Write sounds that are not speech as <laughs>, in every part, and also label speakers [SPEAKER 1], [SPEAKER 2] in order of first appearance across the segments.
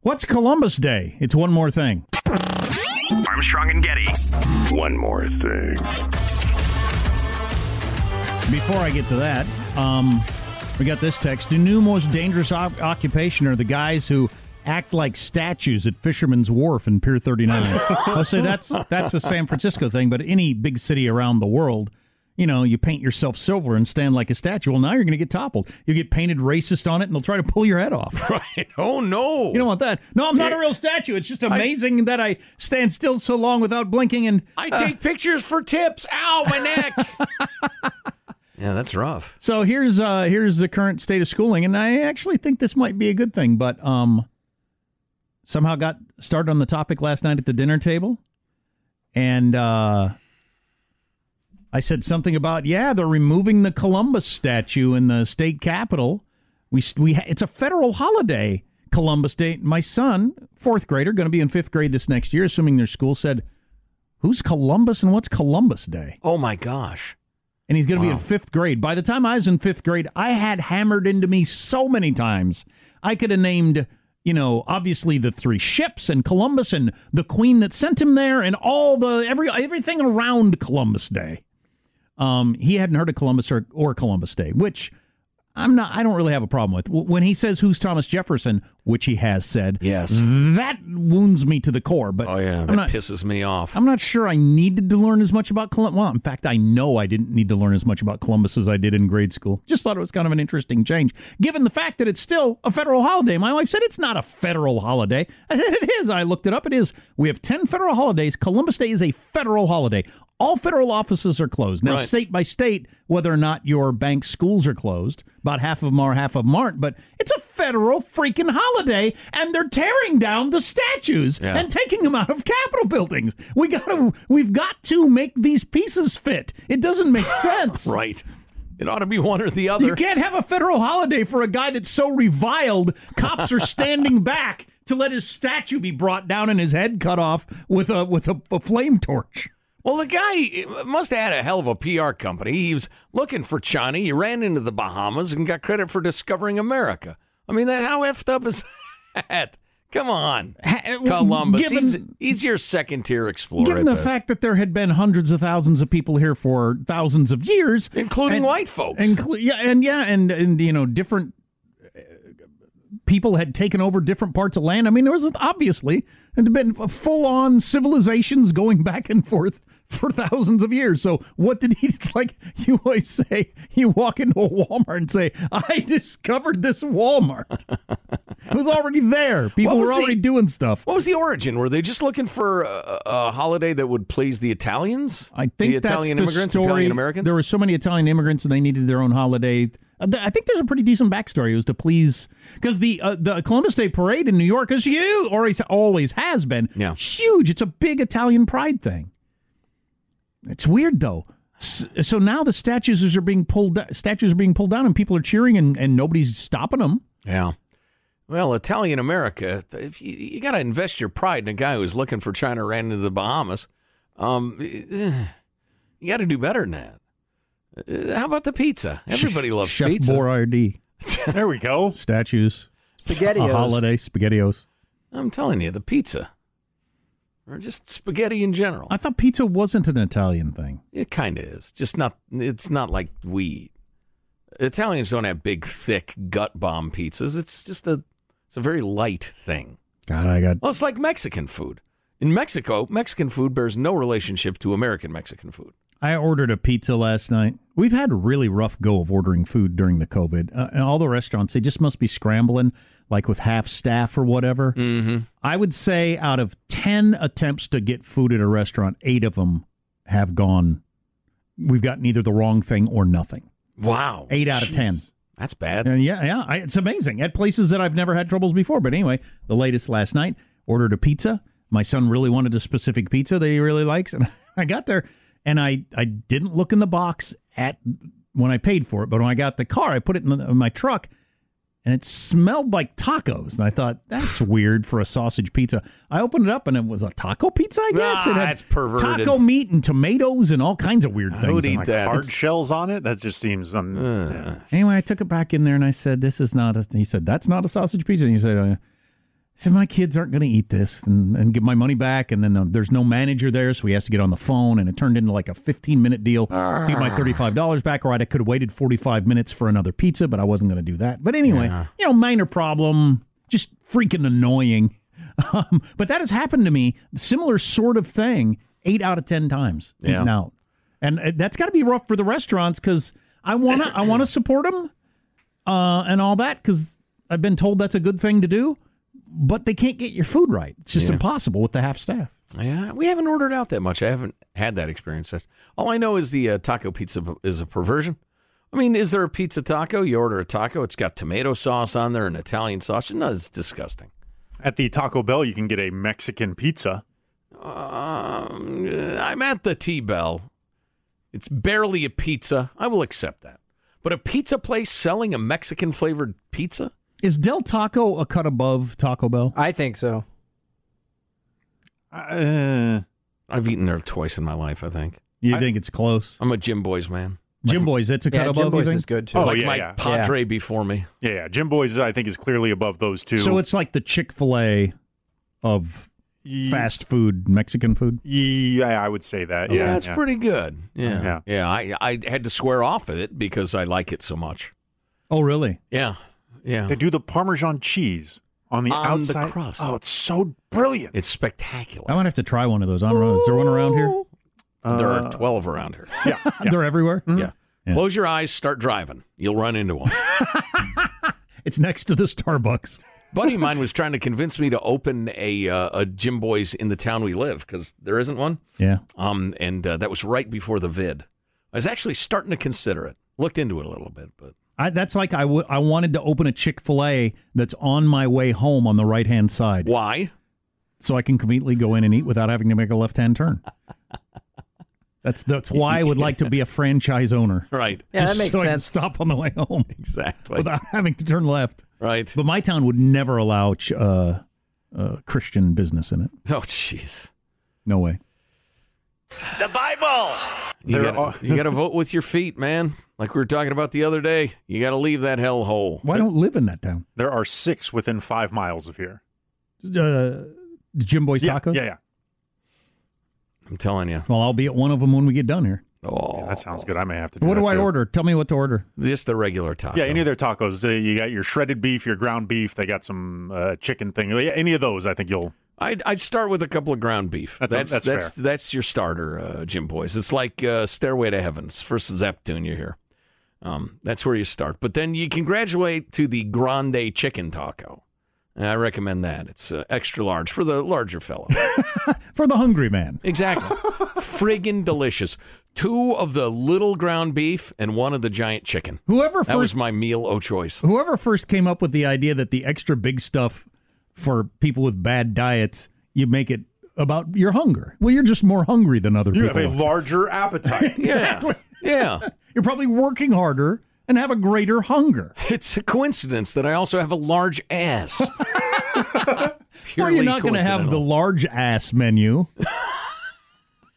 [SPEAKER 1] What's Columbus Day? It's one more thing.
[SPEAKER 2] Armstrong and Getty.
[SPEAKER 3] One more thing.
[SPEAKER 1] Before I get to that, um, we got this text. The new most dangerous o- occupation are the guys who act like statues at Fisherman's Wharf in Pier
[SPEAKER 4] <laughs>
[SPEAKER 1] 39. I'll say that's that's a San Francisco thing, but any big city around the world, you know, you paint yourself silver and stand like a statue. Well, now you're going to get toppled. You get painted racist on it, and they'll try to pull your head off.
[SPEAKER 4] Right. <laughs> Oh, no.
[SPEAKER 1] You don't want that. No, I'm not a real statue. It's just amazing that I stand still so long without blinking. And uh,
[SPEAKER 4] I take pictures for tips. Ow, my neck. <laughs> yeah, that's rough.
[SPEAKER 1] so here's uh here's the current state of schooling, and I actually think this might be a good thing, but um somehow got started on the topic last night at the dinner table, and uh I said something about yeah they're removing the Columbus statue in the state capitol. We we ha- it's a federal holiday, Columbus Day. My son, fourth grader, going to be in fifth grade this next year, assuming their school said, "Who's Columbus and what's Columbus Day?"
[SPEAKER 4] Oh, my gosh.
[SPEAKER 1] and he's going to
[SPEAKER 4] Wow.
[SPEAKER 1] be in fifth grade. By the time I was in fifth grade, I had hammered into me so many times. I could have named, you know, obviously the three ships and Columbus and the queen that sent him there and all the every everything around Columbus Day. Um, he hadn't heard of Columbus or, or Columbus Day, which I'm not. I don't really have a problem with. W- When he says who's Thomas Jefferson, which he has said,
[SPEAKER 4] Yes.
[SPEAKER 1] that wounds me to the core. But
[SPEAKER 4] Oh, yeah. That
[SPEAKER 1] I'm not,
[SPEAKER 4] pisses me off.
[SPEAKER 1] I'm not sure I needed to learn as much about Columbus. Well, in fact, I know I didn't need to learn as much about Columbus as I did in grade school. Just thought it was kind of an interesting change, given the fact that it's still a federal holiday. My wife said it's not a federal holiday. <laughs> I said it is. I looked it up. It is. We have 10 federal holidays. Columbus Day is a federal holiday. All federal offices are closed. Now,
[SPEAKER 4] Right.
[SPEAKER 1] state by state, whether or not your bank schools are closed, about half of them are, half of them aren't, but it's a federal freaking holiday, and they're tearing down the statues
[SPEAKER 4] Yeah.
[SPEAKER 1] and taking them out of Capitol buildings. We gotta, we've got to make these pieces fit. It doesn't
[SPEAKER 4] <sighs>
[SPEAKER 1] make sense.
[SPEAKER 4] right. It ought to be one or the
[SPEAKER 1] You
[SPEAKER 4] other.
[SPEAKER 1] can't have a federal holiday for a guy that's so reviled. Cops are
[SPEAKER 4] <laughs>
[SPEAKER 1] standing back to let his statue be brought down and his head cut off with a with a, a flame torch.
[SPEAKER 4] Well, the guy must have had a hell of a PR company. He was looking for China. He ran into the Bahamas and got credit for discovering America. I mean, that how effed up is <laughs> that? Come on.
[SPEAKER 1] Ha-
[SPEAKER 4] Columbus.
[SPEAKER 1] given-
[SPEAKER 4] he's, he's your second tier explorer.
[SPEAKER 1] Given
[SPEAKER 4] at
[SPEAKER 1] the
[SPEAKER 4] best.
[SPEAKER 1] fact that there had been hundreds of thousands of people here for thousands of years,
[SPEAKER 4] Including white folks.
[SPEAKER 1] inclu- yeah, and yeah, and and you know, different uh, people had taken over different parts of land. I mean, there was obviously had been full on civilizations going back and forth for thousands of years. So what did he? <laughs> It's like you always say, you walk into a Walmart and say, "I discovered this Walmart." <laughs> it was already there. People
[SPEAKER 4] was
[SPEAKER 1] were
[SPEAKER 4] the-
[SPEAKER 1] already doing stuff.
[SPEAKER 4] What was the origin? Were they just looking for a, a holiday that would please the Italians?
[SPEAKER 1] I think
[SPEAKER 4] the
[SPEAKER 1] that's
[SPEAKER 4] Italian
[SPEAKER 1] the
[SPEAKER 4] immigrants,
[SPEAKER 1] story.
[SPEAKER 4] Italian Americans.
[SPEAKER 1] There were so many Italian immigrants, and they needed their own holiday. Uh, th- I think there's a pretty decent backstory. It was to please because the uh, the Columbus Day Parade in New York is huge, or it's always has been.
[SPEAKER 4] Yeah.
[SPEAKER 1] huge. It's a big Italian pride thing. It's weird though. S- So now the statues are being pulled. uh, Statues are being pulled down, and people are cheering, and, and nobody's stopping them.
[SPEAKER 4] yeah. Well, Italian America. If you, you got to invest your pride in a guy who's looking for China, ran into the Bahamas. Um, eh, you got to do better than that. Eh, How about the pizza? Everybody loves
[SPEAKER 1] Chef
[SPEAKER 4] pizza. <laughs>
[SPEAKER 1] Boyardee
[SPEAKER 5] There we go.
[SPEAKER 1] statues. A holiday spaghettios.
[SPEAKER 4] I'm telling you, the pizza, or just spaghetti in general.
[SPEAKER 1] I thought pizza wasn't an Italian thing.
[SPEAKER 4] It kind of is. Just not. It's not like we eat. Italians don't have big, thick gut bomb pizzas. It's just a. It's a very light thing.
[SPEAKER 1] God, I got
[SPEAKER 4] Well, it's like Mexican food. In Mexico, Mexican food bears no relationship to American Mexican food.
[SPEAKER 1] I ordered a pizza last night. We've had a really rough go of ordering food during the COVID. Uh, and all the restaurants, they just must be scrambling, like with half staff or whatever.
[SPEAKER 4] Mm-hmm.
[SPEAKER 1] I would say out of 10 attempts to get food at a restaurant, eight of them have gone. We've gotten either the wrong thing or nothing.
[SPEAKER 4] Wow.
[SPEAKER 1] Eight out of 10.
[SPEAKER 4] That's bad.
[SPEAKER 1] And yeah, yeah, I, it's amazing at places that I've never had troubles before. But anyway, the latest last night, ordered a pizza. My son really wanted a specific pizza that he really likes, and <laughs> I got there and I I didn't look in the box at when I paid for it, but when I got the car, I put it in, the, in my truck, and it smelled like tacos. And I thought that's weird for a sausage pizza. I opened it up and it was a taco pizza. I guess
[SPEAKER 4] Ah,
[SPEAKER 1] it had
[SPEAKER 4] it's perverted.
[SPEAKER 1] taco meat and tomatoes and all kinds of weird
[SPEAKER 4] I
[SPEAKER 1] things.
[SPEAKER 4] would
[SPEAKER 1] I'm
[SPEAKER 4] eat
[SPEAKER 1] like,
[SPEAKER 4] that.
[SPEAKER 6] Hard shells on it? That just seems. Um,
[SPEAKER 4] Uh,
[SPEAKER 1] Anyway, I took it back in there and I said, "This is not a." He said, "That's not a sausage pizza." And he said, uh, "I said my kids aren't going to eat this and, and get my money back." And then the, there's no manager there, so he has to get on the phone, and it turned into like a 15 minute deal to get my 35 dollars back. All right, I could have waited 45 minutes for another pizza, but I wasn't going to do that. But anyway, you know, minor problem, just freaking annoying. <laughs> Um, but that has happened to me, similar sort of thing, eight out of ten times
[SPEAKER 4] Yeah.
[SPEAKER 1] eaten out, and uh, that's got to be rough for the restaurants because I wanna I <clears throat> wanna support them, uh, and all that because I've been told that's a good thing to do, but they can't get your food right. It's just impossible with the half staff.
[SPEAKER 4] yeah, we haven't ordered out that much. I haven't had that experience. That's- All I know is the uh, taco pizza p- is a perversion. I mean, is there a pizza taco? You order a taco, it's got tomato sauce on there and Italian sauce. No, it's disgusting.
[SPEAKER 6] At the Taco Bell, you can get a Mexican pizza.
[SPEAKER 4] Um, uh, I'm at the T Bell. It's barely a pizza. I will accept that. But a pizza place selling a Mexican flavored pizza?
[SPEAKER 1] Is Del Taco a cut above Taco Bell?
[SPEAKER 7] I think so.
[SPEAKER 6] Uh,
[SPEAKER 4] I've eaten there twice in my life, I think.
[SPEAKER 1] You think it's close?
[SPEAKER 4] I'm a Jim Boys man.
[SPEAKER 1] Jim Boy's, it's a cut
[SPEAKER 7] yeah,
[SPEAKER 1] above.
[SPEAKER 7] Jim
[SPEAKER 1] you
[SPEAKER 7] Boy's
[SPEAKER 1] think?
[SPEAKER 7] is good too.
[SPEAKER 6] Oh,
[SPEAKER 4] like
[SPEAKER 6] yeah,
[SPEAKER 4] my
[SPEAKER 6] yeah.
[SPEAKER 4] padre before me.
[SPEAKER 6] yeah, yeah. Jim Boy's, I think, is clearly above those two.
[SPEAKER 1] So it's like the Chick Fil A of
[SPEAKER 6] Ye-
[SPEAKER 1] fast food Mexican food.
[SPEAKER 6] Yeah, I would say that.
[SPEAKER 4] Yeah,
[SPEAKER 6] Yeah,
[SPEAKER 4] it's
[SPEAKER 6] yeah.
[SPEAKER 4] pretty good. Yeah.
[SPEAKER 6] Yeah.
[SPEAKER 4] I, I had to swear off of it because I like it so much.
[SPEAKER 1] Oh, really?
[SPEAKER 4] Yeah. Yeah.
[SPEAKER 6] They do the Parmesan cheese on the
[SPEAKER 4] On the
[SPEAKER 6] outside
[SPEAKER 4] crust.
[SPEAKER 6] Oh, it's so brilliant.
[SPEAKER 4] It's
[SPEAKER 1] I
[SPEAKER 4] spectacular.
[SPEAKER 1] might have to try one of those. I don't know. Is there one around here?
[SPEAKER 4] there
[SPEAKER 6] Uh, mm-hmm.
[SPEAKER 4] are 12 around here.
[SPEAKER 6] yeah, yeah.
[SPEAKER 1] <laughs> They're everywhere.
[SPEAKER 4] Yeah. Close your eyes, start driving. You'll run into one.
[SPEAKER 1] It's next to the Starbucks.
[SPEAKER 4] buddy of mine was trying to convince me to open a uh, a Jim Boy's in the town we live because there isn't one.
[SPEAKER 1] Yeah.
[SPEAKER 4] Um, and uh, that was right before the vid. I was actually starting to consider it. Looked into it a little bit, but
[SPEAKER 1] I, that's like I wa- I wanted to open a Chick fil A that's on my way home on the right hand side
[SPEAKER 4] why?
[SPEAKER 1] so I can conveniently go in and eat without having to make a left hand turn.
[SPEAKER 6] <laughs>
[SPEAKER 1] That's that's why I would like to be a franchise owner.
[SPEAKER 4] Right,
[SPEAKER 7] Yeah, that
[SPEAKER 1] Just
[SPEAKER 7] makes
[SPEAKER 1] so I can
[SPEAKER 7] sense.
[SPEAKER 1] stop on the way
[SPEAKER 6] <laughs>
[SPEAKER 1] home
[SPEAKER 4] exactly.
[SPEAKER 1] without having to turn left.
[SPEAKER 4] right.
[SPEAKER 1] But my town would never allow ch- uh, uh, Christian business in it.
[SPEAKER 4] Oh, jeez.
[SPEAKER 1] No way.
[SPEAKER 8] The Bible.
[SPEAKER 4] You
[SPEAKER 6] There
[SPEAKER 4] gotta,
[SPEAKER 6] are-
[SPEAKER 4] you gotta vote with your feet, man. Like we were talking about the other day. You gotta leave that hellhole.
[SPEAKER 1] Why don't live in that town?
[SPEAKER 6] There are six within five miles of here.
[SPEAKER 1] Uh, Jim Boy's
[SPEAKER 6] Yeah,
[SPEAKER 1] Tacos?
[SPEAKER 6] yeah, yeah.
[SPEAKER 4] I'm telling you.
[SPEAKER 1] Well, I'll be at one of them when we get done here.
[SPEAKER 4] Oh,
[SPEAKER 6] Yeah, That sounds good. I may have to. Do
[SPEAKER 1] What
[SPEAKER 6] that
[SPEAKER 1] do I
[SPEAKER 6] too.
[SPEAKER 1] order? Tell me what to order.
[SPEAKER 4] just the regular taco.
[SPEAKER 6] Yeah, any of their tacos. Uh, you got your shredded beef, your ground beef. They got some uh, chicken thing. Yeah, any of those, I think you'll.
[SPEAKER 4] I'd, I'd start with a couple of ground beef.
[SPEAKER 6] That's- that's
[SPEAKER 4] that's,
[SPEAKER 6] fair.
[SPEAKER 4] that's your starter, uh, Jim Boys. It's like uh, Stairway to Heaven. It's first Zeptune you hear. Um, that's where you start, but then you can graduate to the Grande Chicken Taco. And I recommend that. It's uh, extra large for the larger
[SPEAKER 1] <laughs>
[SPEAKER 4] fellow.
[SPEAKER 1] For the hungry man.
[SPEAKER 4] exactly, friggin' delicious. Two of the little ground beef and one of the giant chicken.
[SPEAKER 1] Whoever
[SPEAKER 4] That
[SPEAKER 1] first
[SPEAKER 4] was my meal o' choice.
[SPEAKER 1] whoever first came up with the idea that the extra big stuff for people with bad diets, you make it about your hunger. Well, you're just more hungry than other
[SPEAKER 6] You have
[SPEAKER 1] people.
[SPEAKER 6] a larger <laughs> appetite.
[SPEAKER 4] Yeah, yeah.
[SPEAKER 1] you're probably working harder and have a greater hunger.
[SPEAKER 4] It's a coincidence that I also have a large ass.
[SPEAKER 1] Well,
[SPEAKER 4] <laughs> Purely
[SPEAKER 1] you're not going to have the
[SPEAKER 4] coincidental.
[SPEAKER 1] large ass
[SPEAKER 4] <laughs>
[SPEAKER 1] menu,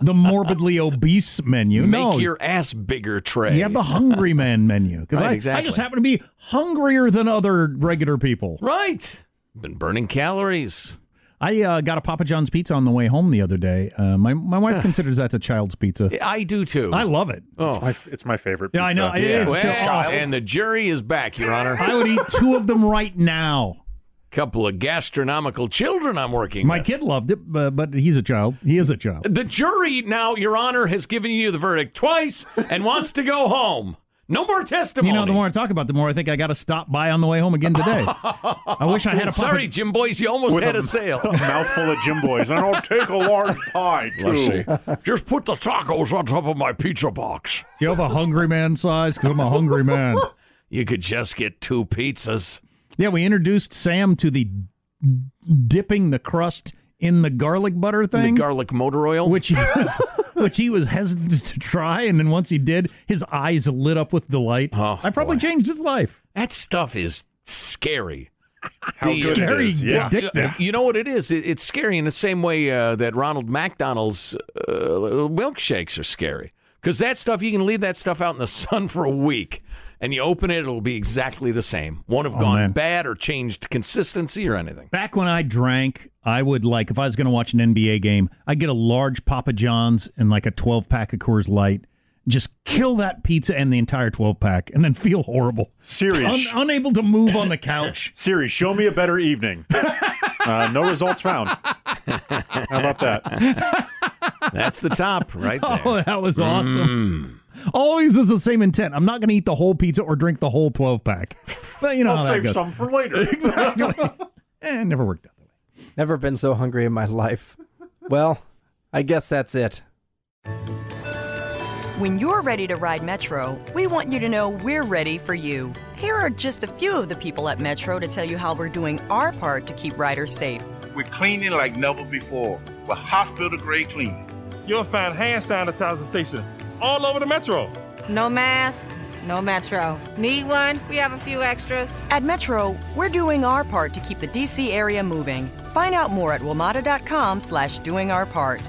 [SPEAKER 1] the morbidly obese menu. <laughs>
[SPEAKER 4] make
[SPEAKER 1] no,
[SPEAKER 4] your ass bigger tray.
[SPEAKER 1] you have the hungry man menu because
[SPEAKER 4] Right,
[SPEAKER 1] I, I
[SPEAKER 4] exactly.
[SPEAKER 1] just happen to be hungrier than other regular people.
[SPEAKER 4] right. Been burning calories.
[SPEAKER 1] I uh, got a Papa John's pizza on the way home the other day. Uh, my my wife considers that a child's pizza.
[SPEAKER 4] I do too.
[SPEAKER 1] I love it.
[SPEAKER 4] Oh.
[SPEAKER 6] It's my, it's my favorite.
[SPEAKER 1] Oh. Yeah, I
[SPEAKER 6] pizza.
[SPEAKER 1] know. It is
[SPEAKER 4] Well,
[SPEAKER 1] still- oh,
[SPEAKER 4] and the jury is back, Your
[SPEAKER 1] <laughs>
[SPEAKER 4] Honor.
[SPEAKER 1] I would eat two of them right now.
[SPEAKER 4] Couple of gastronomical children I'm working
[SPEAKER 1] My
[SPEAKER 4] with.
[SPEAKER 1] kid loved it, but, but he's a child. He is a child.
[SPEAKER 4] The jury now, Your Honor, has given you the verdict twice and wants to go home. No more testimony.
[SPEAKER 1] You know, the more I talk about, it, the more I think I got to stop by on the way home again today. I wish I had a Papa-
[SPEAKER 4] Sorry, Jim Boys, you almost
[SPEAKER 6] With
[SPEAKER 4] had
[SPEAKER 6] a-
[SPEAKER 4] a sale.
[SPEAKER 1] <laughs>
[SPEAKER 6] A <laughs> mouthful of Jim Boys, and I'll take a large pie too.
[SPEAKER 4] <laughs> Just put the tacos on top of my pizza box.
[SPEAKER 1] Do you have a hungry man size? Because I'm a hungry
[SPEAKER 4] <laughs>
[SPEAKER 1] man.
[SPEAKER 4] You could just get two pizzas.
[SPEAKER 1] Yeah, we introduced Sam to the dipping the crust in the garlic butter
[SPEAKER 4] The
[SPEAKER 1] thing,
[SPEAKER 4] <laughs> garlic motor oil.
[SPEAKER 1] which he was, which he was hesitant to try, and then once he did, his eyes lit up with delight.
[SPEAKER 4] Oh,
[SPEAKER 1] I probably
[SPEAKER 4] boy.
[SPEAKER 1] changed his life.
[SPEAKER 4] that stuff is scary.
[SPEAKER 6] How
[SPEAKER 4] The-
[SPEAKER 6] good
[SPEAKER 1] Scary,
[SPEAKER 6] it is. Yeah.
[SPEAKER 1] addictive.
[SPEAKER 4] Uh, You know what it is? It, it's scary in the same way uh, that Ronald McDonald's uh, milkshakes are scary. Because that stuff, you can leave that stuff out in the <laughs> sun for a week and you open it, it'll be exactly the same. Won't have
[SPEAKER 1] Oh,
[SPEAKER 4] gone
[SPEAKER 1] man.
[SPEAKER 4] bad or changed consistency or anything.
[SPEAKER 1] Back when I drank, I would like if I was going to watch an NBA game, I'd get a large Papa John's and like a 12 pack of Coors Light. Just kill that pizza and the entire 12 pack, and then feel horrible, Un-
[SPEAKER 6] Serious.
[SPEAKER 1] unable to move on
[SPEAKER 5] <laughs>
[SPEAKER 1] the couch.
[SPEAKER 6] Siri, show me a better evening. Uh, no results found. How about that?
[SPEAKER 4] That's
[SPEAKER 1] <laughs>
[SPEAKER 4] the top right there.
[SPEAKER 1] Oh, that was awesome.
[SPEAKER 5] Mm.
[SPEAKER 1] Always was the same intent. I'm not going to eat the whole pizza or drink the whole 12 pack. But you know
[SPEAKER 6] I'll
[SPEAKER 1] how that
[SPEAKER 6] save
[SPEAKER 1] goes.
[SPEAKER 6] some for later.
[SPEAKER 1] <laughs> Eh, it never worked out that way.
[SPEAKER 7] Never been so hungry in my <laughs> life. Well, I guess that's it.
[SPEAKER 9] When you're ready to ride Metro, we want you to know we're ready for you. Here are just a few of the people at Metro to tell you how we're doing our part to keep riders safe.
[SPEAKER 8] We're cleaning like never before with hospital grade cleaning.
[SPEAKER 5] You'll find hand sanitizer stations all over the metro.
[SPEAKER 10] No mask, no Metro. Need one? We have a few extras.
[SPEAKER 9] At Metro, we're doing our part to keep the DC area moving. Find out more at WMATA.com slash doing our part.